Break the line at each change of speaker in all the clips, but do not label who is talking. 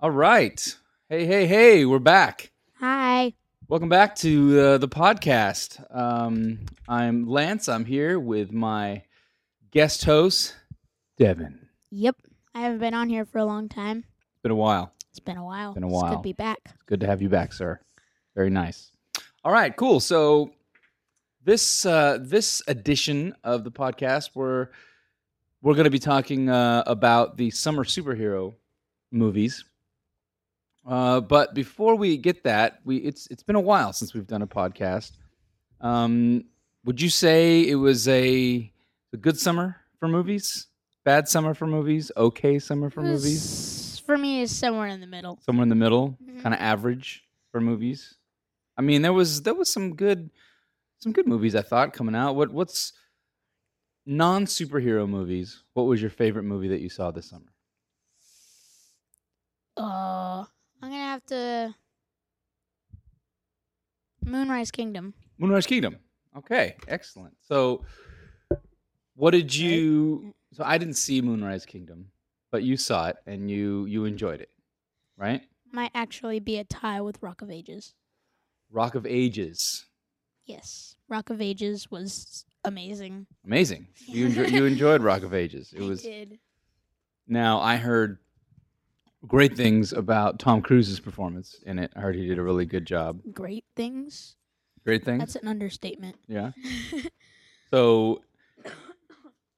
All right. Hey, hey, hey, we're back.
Hi.
Welcome back to uh, the podcast. Um, I'm Lance. I'm here with my guest host, Devin.
Yep. I haven't been on here for a long time.
Been a while.
It's been a while.
Been a
It's good
while.
to be back.
Good to have you back, sir. Very nice. All right, cool. So this uh, this edition of the podcast, we're we're going to be talking uh, about the summer superhero movies. Uh, but before we get that, we it's it's been a while since we've done a podcast. Um, would you say it was a a good summer for movies? Bad summer for movies? Okay summer for
It was-
movies?
For me, it's somewhere in the middle.
somewhere in the middle,
Mhm.
kind of average for movies. I mean, there was there was some good some good movies I thought coming out. What what's non superhero movies? What was your favorite movie that you saw this summer?
Uh, I'm going to have to. Moonrise Kingdom.
Moonrise Kingdom. Okay, excellent. So, what did you? So I didn't see Moonrise Kingdom, but you saw it and you you enjoyed it, right?
Might actually be a tie with Rock of Ages.
Rock of Ages,
Yes. Rock of Ages was amazing.
amazing. You enjoy, you enjoyed Rock of Ages. It
I
was
did.
Now I heard great things about Tom Cruise's performance in it. I heard he did a really good job.
Great things.
Great things.
That's an understatement.
yeah. So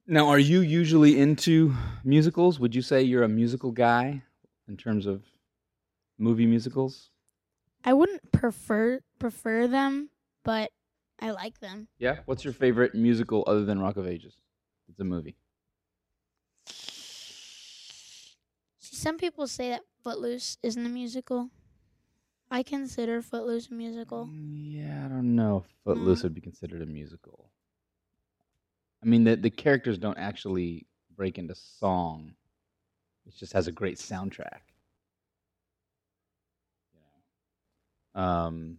now are you usually into musicals? Would you say you're a musical guy in terms of movie musicals?
I wouldn't prefer prefer them, but I like them.
Yeah. What's your favorite musical other than Rock of Ages? It's a movie.
See, some people say that Footloose isn't a musical. I consider Footloose a musical.
Mm, Yeah, I don't know if Footloose
Mm.
would be considered a musical. I mean, the the characters don't actually break into song. It just has a great soundtrack. You know, um,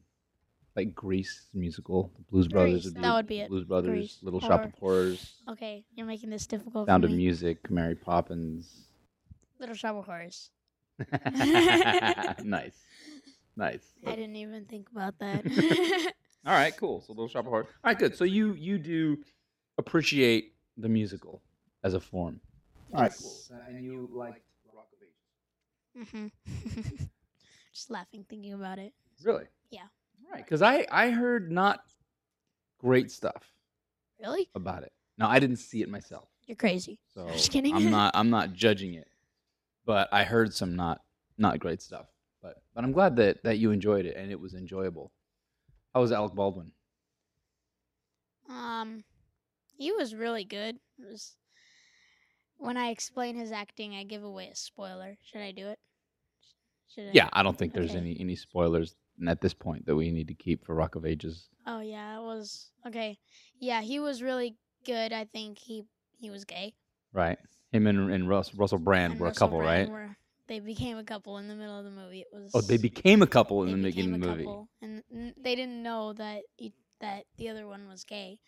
like Grease musical, the Blues Brothers.
Grease, that would be it.
Blues Brothers,
Grease.
Little Shop of Horrors,
Okay, you're making this difficult
Sound
for
of
me.
Music, Mary Poppins.
Little Shop of Horrors.
nice, nice.
I didn't even think about that.
All right, cool. So little shop of horrors. All right, good. So you you do appreciate the musical as a form. All right, cool. And you like Rock of Ages.
hmm Just laughing thinking about it.
Really?
Yeah.
All right, because I I heard not great stuff
Really?
about it. Now I didn't see it myself,
You're crazy.
so
Just kidding.
I'm not I'm not judging it, but I heard some not not great stuff. But but I'm glad that that you enjoyed it and it was enjoyable. How was Alec Baldwin?
Um, he was really good. It was when I explain his acting, I give away a spoiler. Should I do it? Should I?
Yeah, I don't think there's
Okay.
any any spoilers at this point that we need to keep for Rock of Ages.
Oh yeah, it was okay. Yeah, he was really good. I think he he was gay.
Right. Him and, and Russ, Russell Brand
And
were
Russell
a couple,
Brand
right?
were- they became a couple in the middle of the movie. It was
Oh, they became a couple
they
in the
became
beginning of the
a
movie.
couple, and n- they didn't know that e that the other one was gay.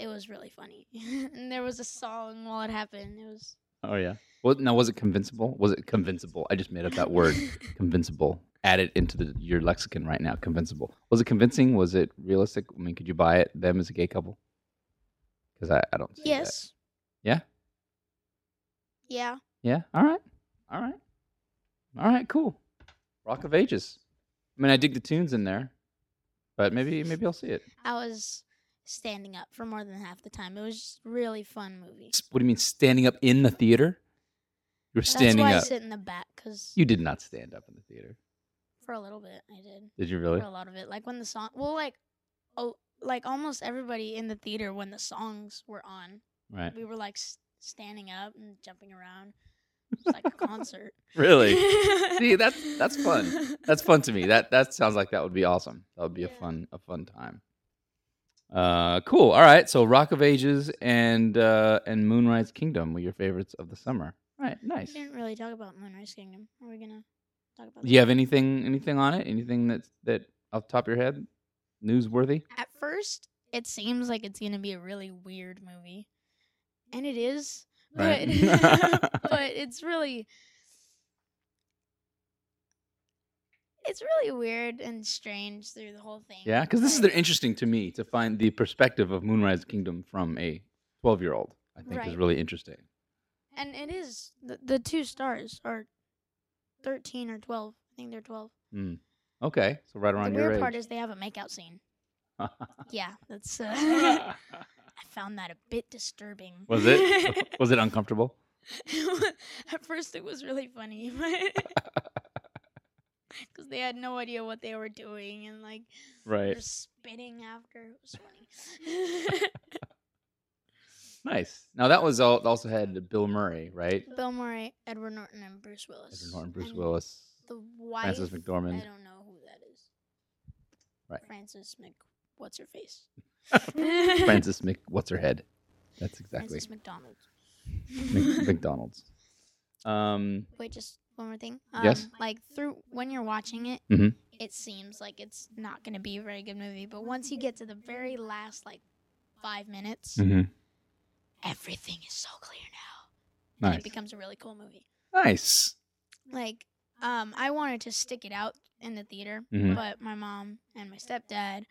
It was really funny, and there was a song while it happened. It was
Oh yeah. Well, now was it convincible? Was it convincible? I just made up that word, convincible. Add it into the, your lexicon right now. Convincible. Was it convincing? Was it realistic? I mean, could you buy it? Them as a gay couple? Because I, I don't. See that.
yes.
Yeah?
Yeah.
Yeah. All right. All right. All right. Cool. Rock of Ages. I mean, I dig the tunes in there, but maybe maybe I'll see it.
I was standing up for more than half the time. It was just a really fun movie.
S- What do you mean standing up in the theater? You're standing
That's why
up.
I sit in the back because
You did not stand up in the theater.
for a little bit I did.
Did you really?
for a lot of it. Like when the song, well, like oh, like almost everybody in the theater when the songs were on,
Right.
we were like s- standing up and jumping around. It was like a concert.
Really? See, that's- that's fun. That's fun to me. That that sounds like that would be awesome. That would be a
Yeah.
fun a fun time. Uh cool. All right. So Rock of Ages and uh and Moonrise Kingdom were your favorites of the summer. All right.
We
Nice.
didn't really talk about Moonrise Kingdom. Are we gonna talk about?
Do you have anything anything on it? Anything that's that off the top of your head newsworthy?
that? At first, it seems like it's gonna be a really weird movie, and it is. But
Right.
but it's really it's really weird and strange through the whole thing.
Yeah, because this is interesting to me to find the perspective of Moonrise Kingdom from a 12 year old. I think is
Right.
really interesting.
and it is the, the two stars are thirteen or twelve. I think they're twelve.
Okay, so right around
the
your
weird
age.
part is they have a makeout scene. yeah, that's. Uh, I found that a bit disturbing.
was it was it uncomfortable?
At first, it was really funny, because they had no idea what they were doing, and like
Right.
they're spitting after. It was funny.
Nice. Now that was all. Also had Bill Murray, right?
Bill Murray, Edward Norton, and Bruce Willis.
Edward Norton, Bruce
And
Willis.
The wife.
Frances McDormand.
I don't know who that is.
Right.
Frances Mc. What's her face?
Francis Mc. What's her head? That's exactly
Frances McDonald.
Mc, McDonald's. Um.
Wait, just one more thing. Um,
Yes?
Like through when you're watching it,
Mhm.
it seems like it's not going to be a very good movie, but once you get to the very last like five minutes,
mhm.
everything is so clear now. And
Nice.
it becomes a really cool movie.
Nice.
Like, um, I wanted to stick it out in the theater,
Mhm.
but my mom and my stepdad,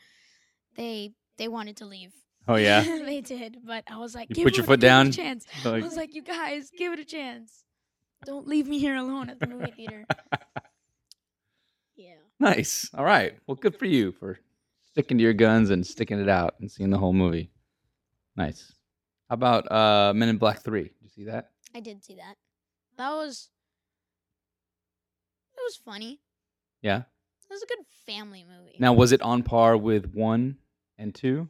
they they wanted to leave.
Oh yeah.
they did, but I was like,
You
"Give
put
it-
your foot
give it a
down?
chance.
Like,
I was like, you guys, give it a chance. Don't leave me here alone at the movie theater. yeah.
nice. All right. Well, good for you for sticking to your guns and sticking it out and seeing the whole movie. Nice. How about uh, Men in Black Three? Did you see that?
I did see that. That was it was funny.
Yeah.
It was a good family movie.
Now was it on par with one and two?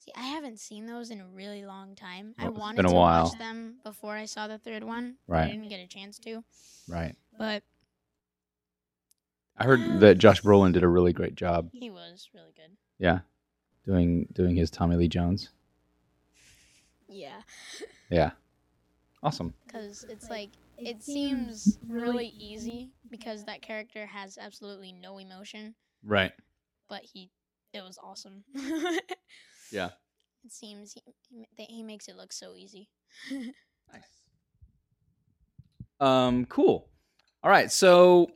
See, I haven't seen those in a really long time.
Well,
I
it's
wanted
been a
to
while.
watch them before I saw the third one. but
Right.
I didn't get a chance to.
Right.
But
I heard that Josh Brolin did a really great job.
he was really good.
Yeah. Doing doing his Tommy Lee Jones.
Yeah.
Yeah. Awesome.
because it's like it seems really easy because that character has absolutely no emotion,
Right.
but he it was awesome. it
Yeah.
seems he, he ma- that he makes it look so easy.
Nice. Um, cool. All right. So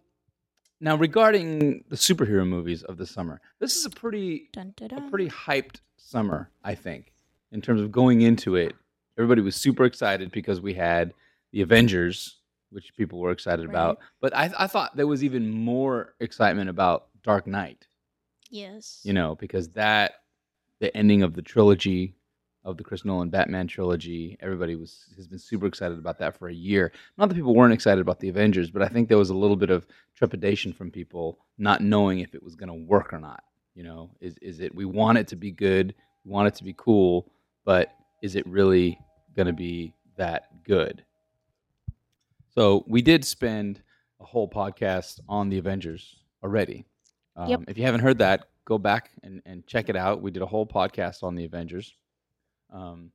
now regarding the superhero movies of the summer, this is a pretty
Dun, dun,
a pretty hyped summer, I think, in terms of going into it. Everybody was super excited because we had the Avengers, which people were excited
Right.
about. But I, I thought there was even more excitement about Dark Knight,
yes.
you know, because that, the ending of the trilogy, of the Chris Nolan Batman trilogy, everybody was has been super excited about that for a year. Not that people weren't excited about the Avengers, but I think there was a little bit of trepidation from people not knowing if it was going to work or not. You know, is is it we want it to be good, we want it to be cool, but is it really going to be that good? So we did spend a whole podcast on the Avengers already. Um,
Yep.
If you haven't heard that, go back and, and check it out. We did a whole podcast on the Avengers. Um,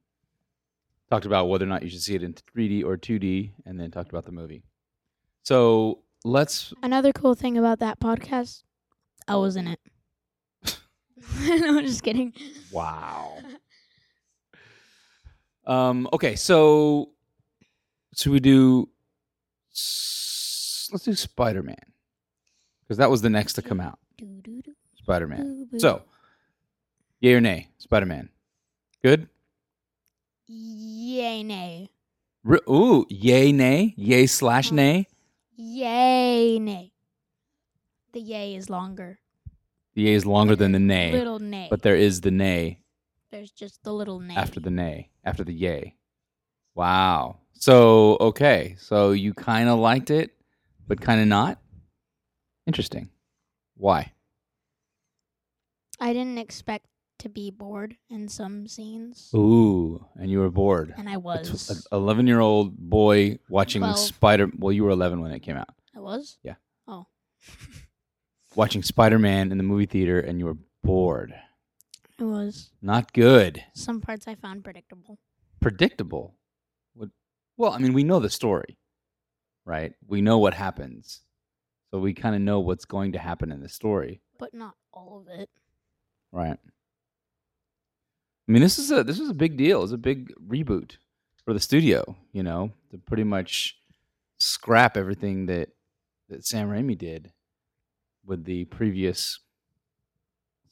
talked about whether or not you should see it in 3D or 2D, and then talked about the movie. So let's
Another cool thing about that podcast, I was in it. no, just kidding.
Wow. Um, okay, so should we do? s- Let's do Spider Man because that was the next to come out. Spider Man.
Mm-hmm.
So, yay or nay, Spider Man? Good.
yay, nay,
Re- Ooh, yay nay, yay slash nay.
yay, nay. The yay is longer.
The yay is longer than the nay,
Little nay.
but there is the nay
There's just the little nay.
after the nay, after the yay. Wow. So, okay. So you kind of liked it, but kind of not? Interesting. Why?
I didn't expect to be bored in some scenes,
Ooh, and you were bored.
and I was.
11 year old boy watching
Twelve.
Spider Well, you were 11 when it came out.
I was.
Yeah.
Oh,
Watching Spider Man in the movie theater, and you were bored.
I was.
Not good.
Some parts I found predictable.
predictable. What- Well, I mean, we know the story, right? We know what happens. So we kind of know what's going to happen in the story,
But not all of it.
right? I mean, this is a this is a big deal. It's a big reboot for the studio, you know, to pretty much scrap everything that that Sam Raimi did with the previous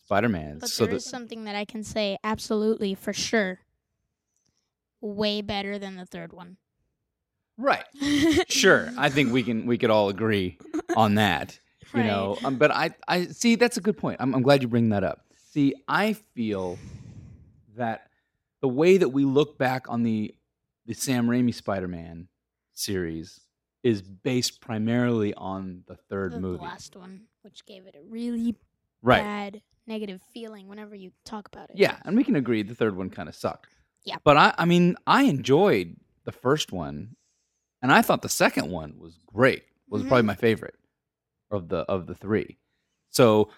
Spider-Man.
But
So
there
the,
is something that I can say absolutely for sure. Way better than the third one.
right, sure, I think we can we could all agree on that. you
Right.
know um, but i i see that's a good point I'm, I'm glad you bring that up see i feel that the way that we look back on the the sam raimi spider-man series is based primarily on the third
the
movie
last one, which gave it a really
right
bad negative feeling whenever you talk about it.
yeah and we can agree the third one kind of sucked
Yeah.
but i i mean i enjoyed the first one and i thought the second one was great was
Mhm.
probably my favorite of the of the three. So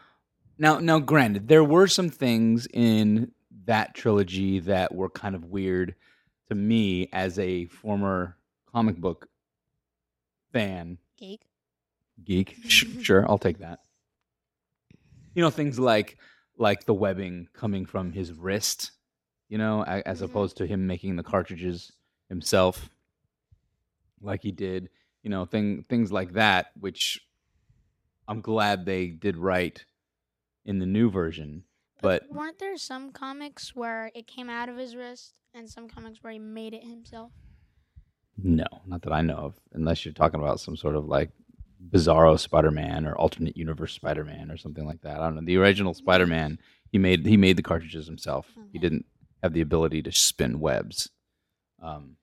now now granted, there were some things in that trilogy that were kind of weird to me as a former comic book fan
Geek.
geek. Sh- sure, I'll take that. You know things like like the webbing coming from his wrist, you know, a- as
Mhm.
opposed to him making the cartridges himself, like he did. You know, thing things like that, which I'm glad they did right in the new version. But
weren't there some comics where it came out of his wrist and some comics where he made it himself?
no, not that I know of, unless you're talking about some sort of like Bizarro Spider-Man or alternate universe Spider-Man or something like that. I don't know. The original Spider-Man, he made he made the cartridges himself. He
Okay.
didn't have the ability to spin webs. Um,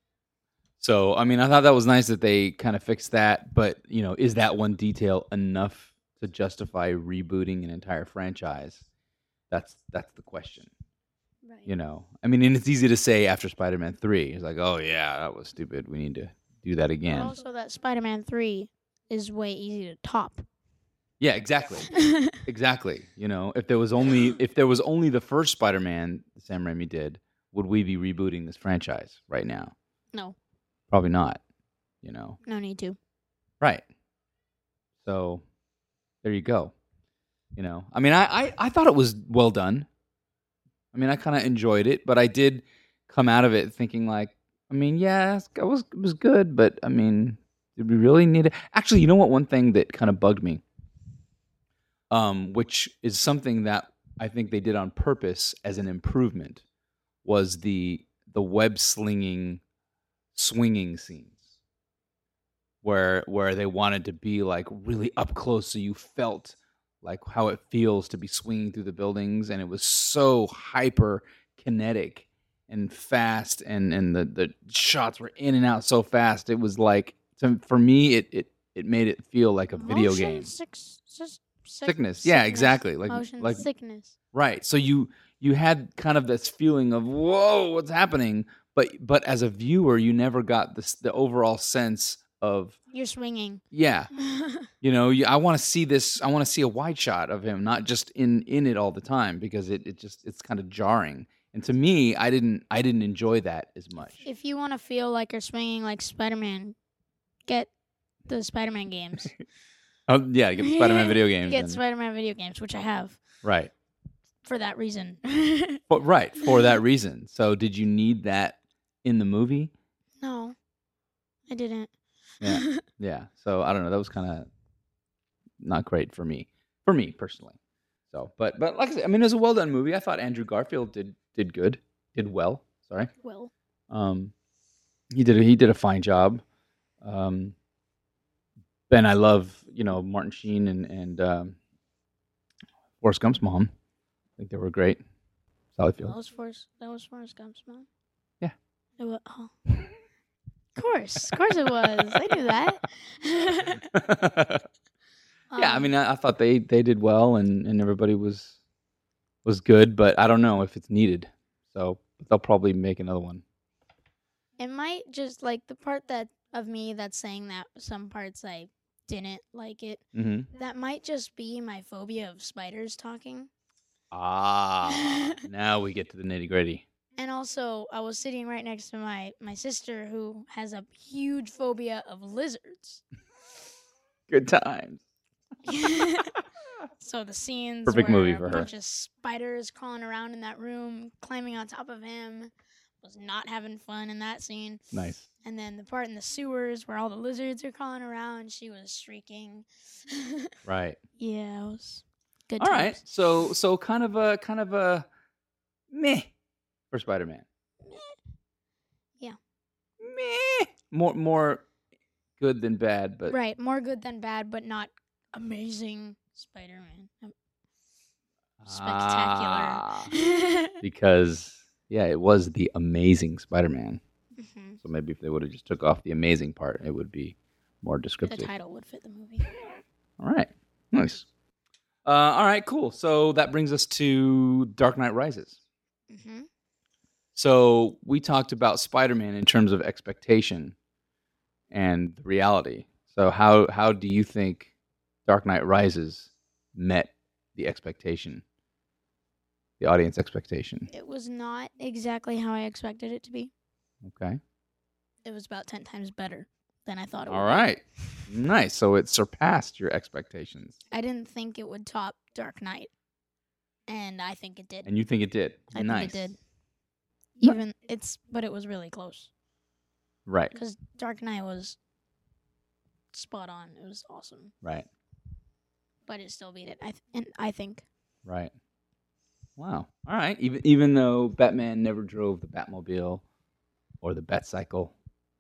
so I mean, I thought that was nice that they kind of fixed that. But you know, is that one detail enough to justify rebooting an entire franchise? That's that's the question.
Right.
You know, I mean, and it's easy to say after Spider-Man Three, it's like, oh yeah, that was stupid. We need to do that
But
again.
also that Spider-Man 3 is way easy to top.
Yeah, exactly. Exactly. You know, if there was only if there was only the first Spider-Man that Sam Raimi did, would we be rebooting this franchise right now?
no,
Probably not. You know.
no need to.
Right. So there you go. You know. I mean, I I, I thought it was well done. I mean, I kind of enjoyed it, but I did come out of it thinking like, I mean, yeah, it's- it was it was good, but I mean, did we really need it? Actually, you know what? One thing that kind of bugged me, um, which is something that I think they did on purpose as an improvement, was the the web slinging, swinging scenes, where where they wanted to be like really up close, so you felt like how it feels to be swinging through the buildings, and it was so hyper kinetic and fast and and the the shots were in and out so fast it was like to, for me it it it made it feel like a video
Motion
game
Six, sis- sick-
sickness yeah
sickness.
exactly like
Motion
like
sickness.
right so you you had kind of this feeling of whoa what's happening but but as a viewer you never got this the overall sense of
You're swinging.
yeah you know you, i want to see this i want to see a wide shot of him not just in in it all the time because it, it just it's kind of jarring and to me i didn't i didn't enjoy that as much
if you want to feel like you're swinging like Spider-Man, get the Spider-Man games.
Oh yeah, get the Spider-Man video games.
get
and-
Spider-Man video games, which I have
right,
for that reason. no.
but right for that reason. So did you need that in the movie?
I didn't.
Yeah. Yeah. So I don't know. That was kind of not great for me, for me personally. So, but but like I said, I mean, it was a well done movie. I thought Andrew Garfield did did good, did well. Sorry.
well,
Um, he did a, he did a fine job. Um, and I love you know Martin Sheen and and um, Forrest Gump's mom. I think they were great. Sally Field.
that was Forrest. That was Forrest Gump's mom.
Yeah.
It was, oh. of course, of course, it was. I knew that.
yeah, I
Um,
mean, I, I thought they they did well, and and everybody was was good, but I don't know if it's needed. So they'll probably make another one.
It might just like the part that of me that's saying that some parts I didn't like it.
Mm-hmm.
That might just be my phobia of spiders talking.
Ah, now we get to the nitty gritty.
And also, I was sitting right next to my my sister who has a huge phobia of lizards.
Good times.
so the scenes
Perfect
where
movie
a
for her.
bunch of spiders crawling around in that room, climbing on top of him, was not having fun in that scene.
Nice.
And then the part in the sewers where all the lizards are crawling around, she was shrieking.
Right.
yeah, it was good.
All right.
times.
So so kind of a kind of a meh for Spider Man.
Yeah.
Meh. More more good than bad, but
right, more good than bad, but not amazing Spider-Man. Um,
Ah,
Spectacular.
because yeah, it was the amazing Spider Man.
Mhm.
So maybe if they would have just took off the amazing part, it would be more
The
descriptive.
title would fit the movie.
All right. Nice. Uh, all right, cool. So that brings us to Dark Knight Rises.
hmm
So we talked about Spider Man in terms of expectation and reality. So how how do you think Dark Knight Rises met the expectation, the audience expectation?
It was not exactly how I expected it to be.
Okay.
It was about ten times better than I thought it
All
would. be.
right. Nice. So it surpassed your expectations,
I didn't think it would top Dark Knight, and I think it did.
and you think it did.
I think it
nice.
did.
Right.
Even it's, but it was really close
Right.
because Dark Knight was spot on. It was awesome,
Right.
but it still beat it. I th- and I think
Right. Wow. All right. Even even though Batman never drove the Batmobile or the Batcycle,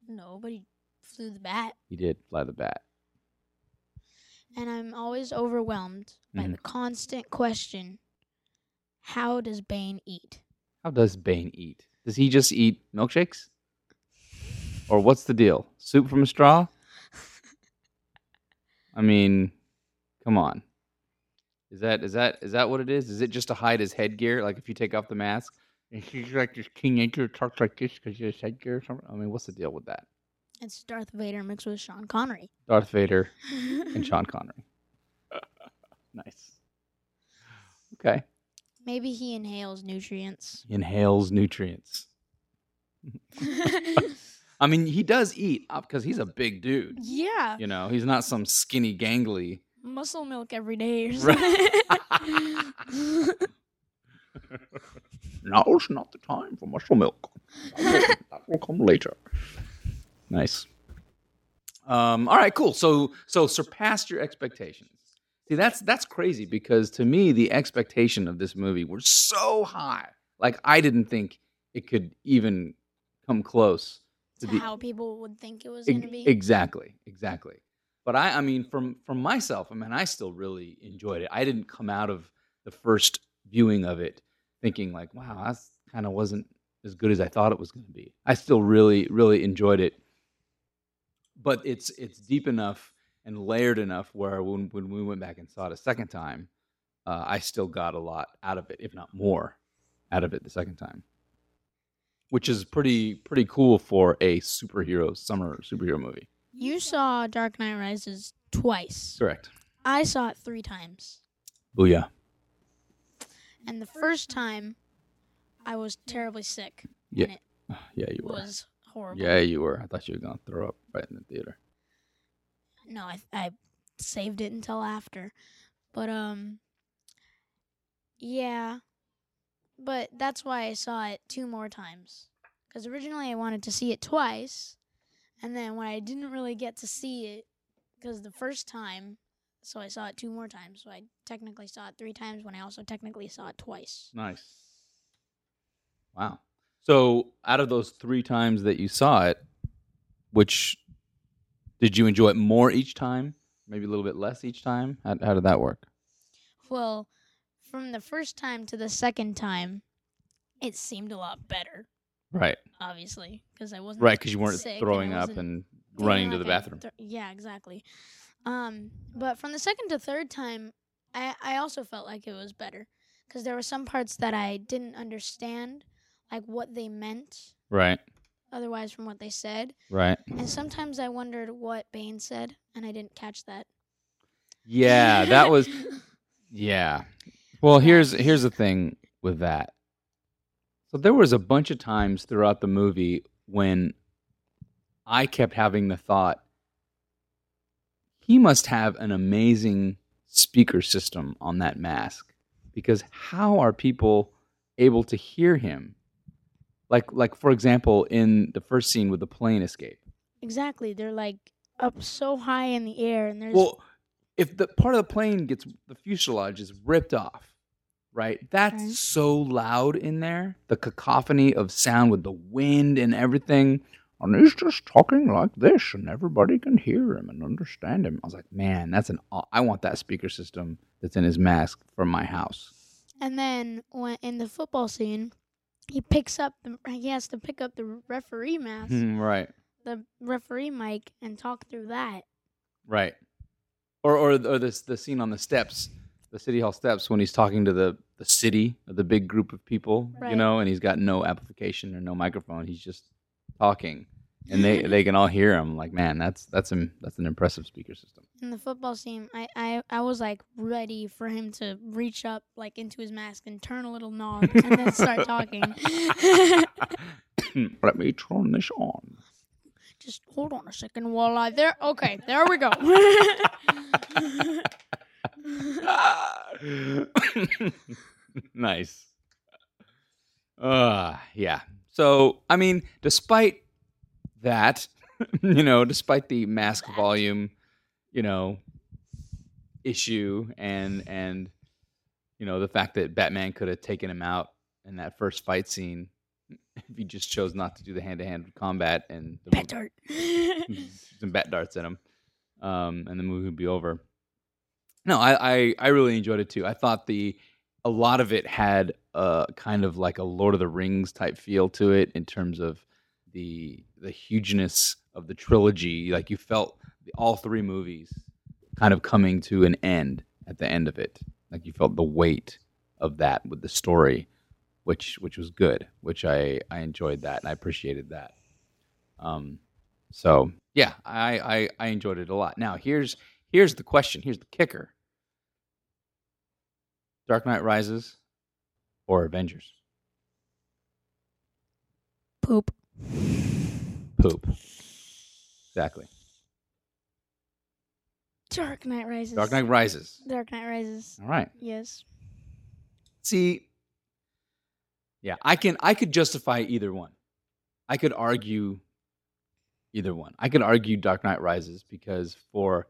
nobody flew the bat,
he did fly the bat.
and I'm always overwhelmed by
Mhm.
the constant question: How does Bane eat?
How does Bane eat? Does he just eat milkshakes? Or what's the deal? Soup from a straw? I mean, come on. Is that is that is that what it is? Is it just to hide his headgear? Like if you take off the mask and he's like this King Anchor talks like this because he has headgear or something? I mean, what's the deal with that?
It's Darth Vader mixed with Sean Connery.
Darth Vader and Sean Connery. nice. Okay.
Maybe he inhales nutrients.
Inhales nutrients. I mean, he does eat because he's a big dude.
yeah,
You know, he's not some skinny gangly.
muscle milk every day or something.
Right. Now's not the time for muscle milk. That will- that will come later. Nice. Um, all right, cool. So so surpassed your expectations. See, that's that's crazy because to me the expectation of this movie were so high. Like I didn't think it could even come close
to
the
how people would think it was
Ex-
going to be.
Exactly, exactly. But I, I mean, from from myself, I mean, I still really enjoyed it. I didn't come out of the first viewing of it thinking like, wow, that kind of wasn't as good as I thought it was going to be. I still really, really enjoyed it. But it's it's deep enough and layered enough where when when we went back and saw it a second time, uh, I still got a lot out of it, if not more, out of it the second time which is pretty pretty cool for a superhero summer superhero movie.
you saw Dark Knight Rises twice.
Correct.
I saw it three times.
Booyah.
And the first time, I was terribly sick.
Yeah,
And it
Yeah, you were.
was horrible.
Yeah, you were. I thought you were gonna throw up right in the theater.
No, I, I saved it until after. But, um, yeah. But that's why I saw it two more times. Because originally I wanted to see it twice. And then when I didn't really get to see it, because the first time, so I saw it two more times. So I technically saw it three times when I also technically saw it twice.
Nice. Wow. So out of those three times that you saw it, which did you enjoy it more each time? Maybe a little bit less each time? How, how did that work?
Well, from the first time to the second time, it seemed a lot better,
Right.
obviously, because I wasn't
Right, because you weren't
sick and I
throwing up
wasn't-
and
Thinking
running to the
like I
bathroom.
thro- yeah, exactly. Um, but from the second to third time, I I also felt like it was better because there were some parts that I didn't understand, like what they meant
Right.
otherwise from what they said,
Right.
and sometimes I wondered what Bane said, and I didn't catch that.
Yeah, that was Yeah. Well,
Yeah.
here's here's the thing with that. So there was a bunch of times throughout the movie when I kept having the thought he must have an amazing speaker system on that mask because how are people able to hear him? Like like for example, in the first scene with the plane escape.
Exactly. They're like up so high in the air, and there's
Well, if the part of the plane gets the fuselage is ripped off, right? That's
Right.
so loud in there. The cacophony of sound with the wind and everything. And he's just talking like this, and everybody can hear him and understand him. I was like, man, that's an. aw- I want that speaker system that's in his mask from my house.
and then when in the football scene, he picks up the he has to pick up the referee mask,
Hmm, right,
the referee mic, and talk through that.
right. Or or or this the scene on the steps, the city hall steps when he's talking to the the city, the big group of people, you
Right.
know, and he's got no amplification or no microphone. He's just talking, and they they can all hear him. Like, man, that's that's an that's an impressive speaker system.
in the football scene, I, I, I was like ready for him to reach up like into his mask and turn a little knob and then start talking.
Let me turn this on.
Just hold on a second while I there. Okay, there we go.
nice. Uh, yeah. So, I mean, despite that, you know, despite the mask volume, you know, issue and and you know, the fact that Batman could have taken him out in that first fight scene if he just chose not to do the hand-to-hand combat and the
Pet dart. Mm-hmm.
some bat darts in him, um, and the movie would be over. No, I, I I really enjoyed it too. I thought the a lot of it had a kind of like a Lord of the Rings type feel to it in terms of the the hugeness of the trilogy. Like you felt the, all three movies kind of coming to an end at the end of it. Like you felt the weight of that with the story, which which was good, which I I enjoyed that and I appreciated that. Um, so yeah, I, I I enjoyed it a lot. Now here's here's the question. Here's the kicker. Dark Knight Rises or Avengers?
Poop.
Poop. Exactly.
Dark Knight Rises.
Dark Knight Rises.
Dark Knight Rises.
All right.
Yes.
See, yeah, I can I could justify either one. I could argue either one. I could argue Dark Knight Rises because for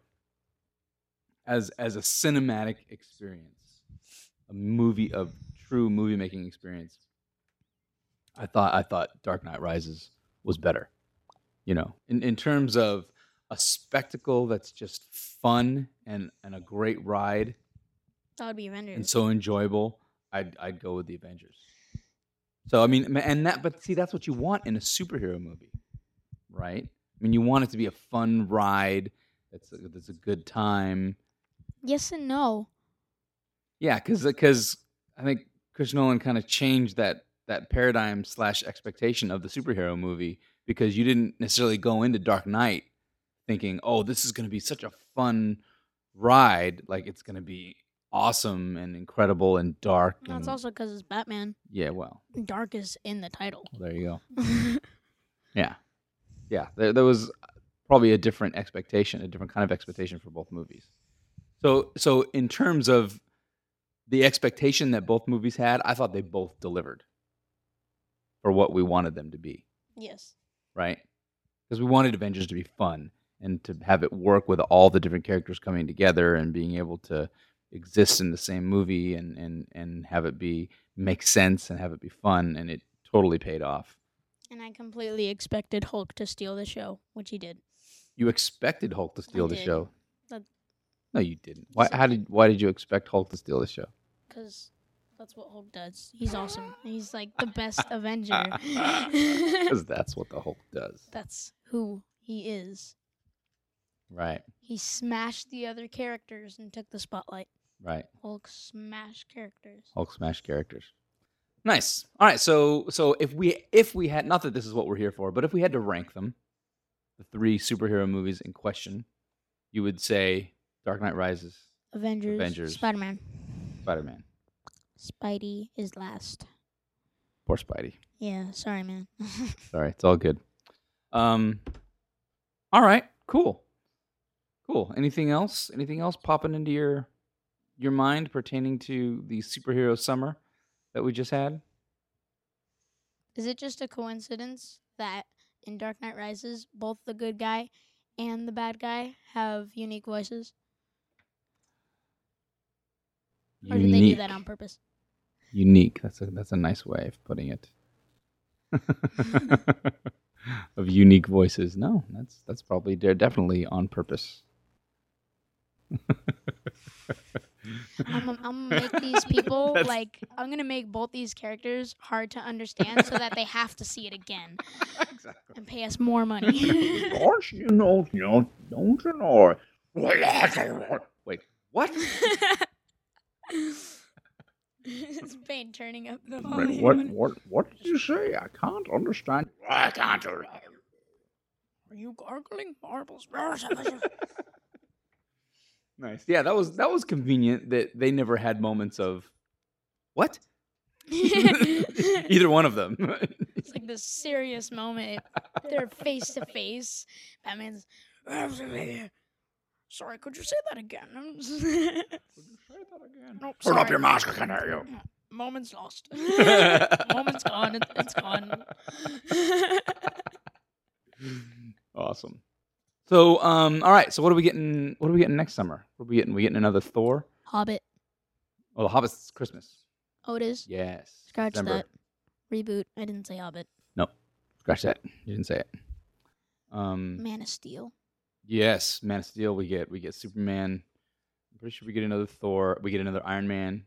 as as a cinematic experience, a movie of true movie making experience, I thought I thought Dark Knight Rises was better. You know, in, in terms of a spectacle that's just fun and, and a great ride
That would be
and
Avengers.
so enjoyable, I'd I'd go with the Avengers. So I mean, ma- and that, but see, that's what you want in a superhero movie, right? I mean, you want it to be a fun ride. That's a, that's a good time.
yes and no.
Yeah, because because I think Chris Nolan kind of changed that that paradigm slash expectation of the superhero movie because you didn't necessarily go into Dark Knight thinking, oh, this is going to be such a fun ride, like it's going to be awesome and incredible and dark.
That's
and,
also because it's Batman.
yeah, well,
Dark is in the title.
Well, there you go. Yeah, there, there was probably a different expectation, a different kind of expectation for both movies. So, so in terms of the expectation that both movies had, I thought they both delivered for what we wanted them to be,
yes.
right? Because we wanted Avengers to be fun and to have it work with all the different characters coming together and being able to exist in the same movie and and and have it be make sense and have it be fun, and it totally paid off.
And I completely expected Hulk to steal the show, which he did.
You expected Hulk to steal the
did.
show.
That-
No, you didn't. Why?
Yes, I
How did? Why did you expect Hulk to steal the show?
Because that's what Hulk does. He's awesome. He's like the best Avenger.
Because that's what the Hulk does,
that's who he is.
right?
He smashed the other characters and took the spotlight.
Right.
Hulk smashed characters.
Hulk smash characters. Nice. All right. So, so if we if we had not that this is what we're here for, but if we had to rank them, the three superhero movies in question, you would say Dark Knight Rises,
Avengers.
Avengers.
Spider Man.
Spider Man,
Spidey is last.
poor Spidey.
Yeah, sorry, man.
Sorry, it's all good. Um, all right, cool, cool. Anything else? Anything else popping into your your mind pertaining to the superhero summer that we just had?
Is it just a coincidence that in Dark Knight Rises, both the good guy and the bad guy have unique voices? Or did they do that on purpose?
unique. That's a that's a nice way of putting it. of unique voices. No, that's that's probably de- definitely on purpose.
I'm, I'm gonna make these people
That's-
like I'm gonna make both these characters hard to understand so that they have to see it again
exactly.
and pay us more money.
Gosh, you know, you know, don't you know? Wait, what?
it's Bane turning up the
Wait,
volume.
what, what did you say? I can't understand. I can't. understand.
Are you gargling marbles?
Nice. Yeah, that was that was convenient that they never had moments of what?
it's
Either one of them.
like this serious moment. They're face to face. Batman's. Sorry, could you say that again? nope,
Put
Oh, sorry. Mm,
mask, I can hear
Moments lost.
you.
Moments gone. It, it's gone.
awesome. So, um, all right. So, what are we getting? What are we getting next summer? What are we getting? We getting another Thor?
Hobbit,
Oh, the Hobbit's Christmas.
Otis,
Yes.
scratch
December.
that. Reboot. I didn't say Hobbit.
Scratch that. You didn't say it. Um.
Man of Steel.
Yes, Man of Steel. We get we get Superman. I'm pretty sure we get another Thor. We get another Iron Man.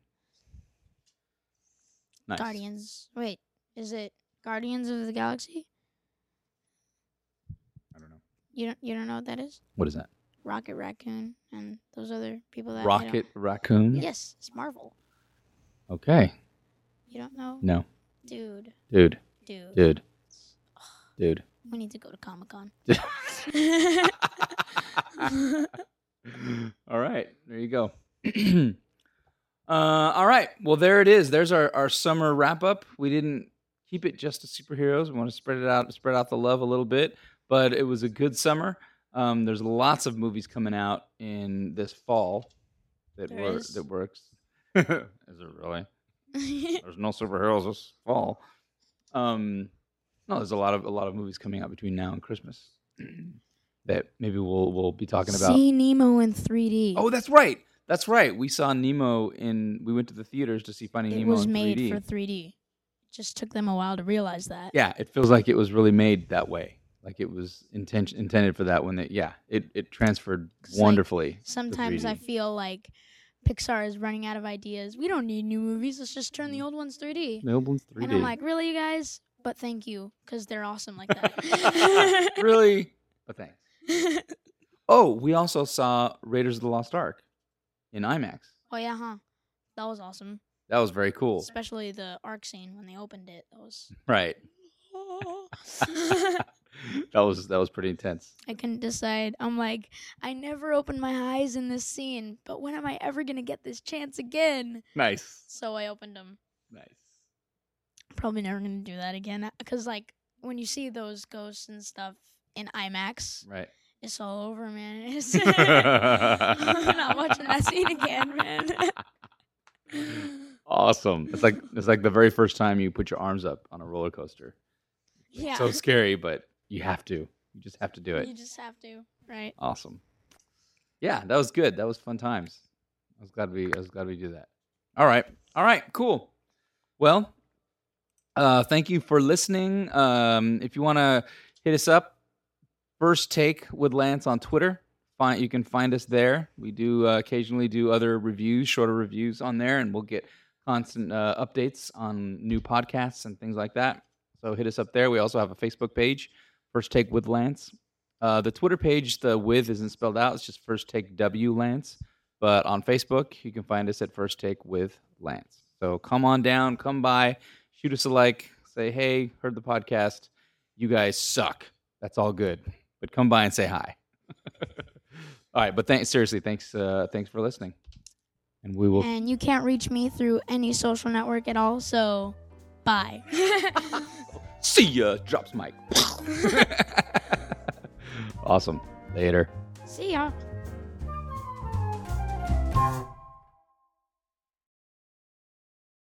Nice.
Guardians. Wait, is it Guardians of the Galaxy?
I don't know.
You don't you don't know what that is?
What is that?
Rocket Raccoon and those other people that I don't-
Rocket Raccoon.
Yes, it's Marvel.
Okay.
You don't know,
No,
dude,
dude,
dude.
dude, dude.
We need to go to Comic Con.
all right, there you go. uh, all right, well there it is. There's our, our summer wrap up. We didn't keep it just to superheroes. We want to spread it out, spread out the love a little bit. But it was a good summer. Um, there's lots of movies coming out in this fall that
There
were
is.
that works. is it really? There's no superheroes this fall. Um, no, there's a lot of a lot of movies coming out between now and Christmas that maybe we'll we'll be talking about.
See Nemo in 3D.
Oh, that's right. That's right. We saw Nemo in. We went to the theaters to see Finding
it
Nemo
was
in
made
3D.
for 3D. Just took them a while to realize that.
yeah, it feels like it was really made that way. Like it was intention intended for that one. That yeah, it it transferred
'Cause, like,
wonderfully.
Sometimes I
3D.
feel like Pixar is running out of ideas. We don't need new movies. Let's just turn the
Mm.
old ones 3D.
Melbourne's 3D.
And I'm like, really, you guys? But thank you, because they're awesome like that.
really? But thanks. Oh, we also saw Raiders of the Lost Ark in IMAX.
oh yeah, huh? That was awesome.
That was very cool.
Especially the arc scene when they opened it. That was.
Right. that was that was pretty intense.
I couldn't decide. I'm like, I never opened my eyes in this scene, but when am I ever gonna get this chance again?
Nice.
So I opened them.
Nice.
Probably never gonna do that again, because like when you see those ghosts and stuff in IMAX,
Right.
it's all over, man. It's I'm not watching that scene again, man.
Awesome. It's like it's like the very first time you put your arms up on a roller coaster.
yeah,
So scary, but you have to. You just have to do it.
you just have to, right?
Awesome. Yeah, that was good. That was fun times. I was glad we I was glad we did that. All right. All right, cool. Well, uh thank you for listening. Um if you want to hit us up first take with Lance on Twitter, find you can find us there. We do uh, occasionally do other reviews, shorter reviews on there and we'll get constant uh, updates on new podcasts and things like that. So hit us up there. We also have a Facebook page, First Take with Lance. Uh, the Twitter page, the with isn't spelled out. It's just First Take W Lance. But on Facebook, you can find us at First Take with Lance. So come on down, come by, shoot us a like, say, hey, heard the podcast. You guys suck. That's all good. But come by and say hi. all right. But thanks, seriously, thanks, uh, thanks for listening. And we will.
And you can't reach me through any social network at all, so bye.
See ya. Drops mic. awesome. Later.
See ya.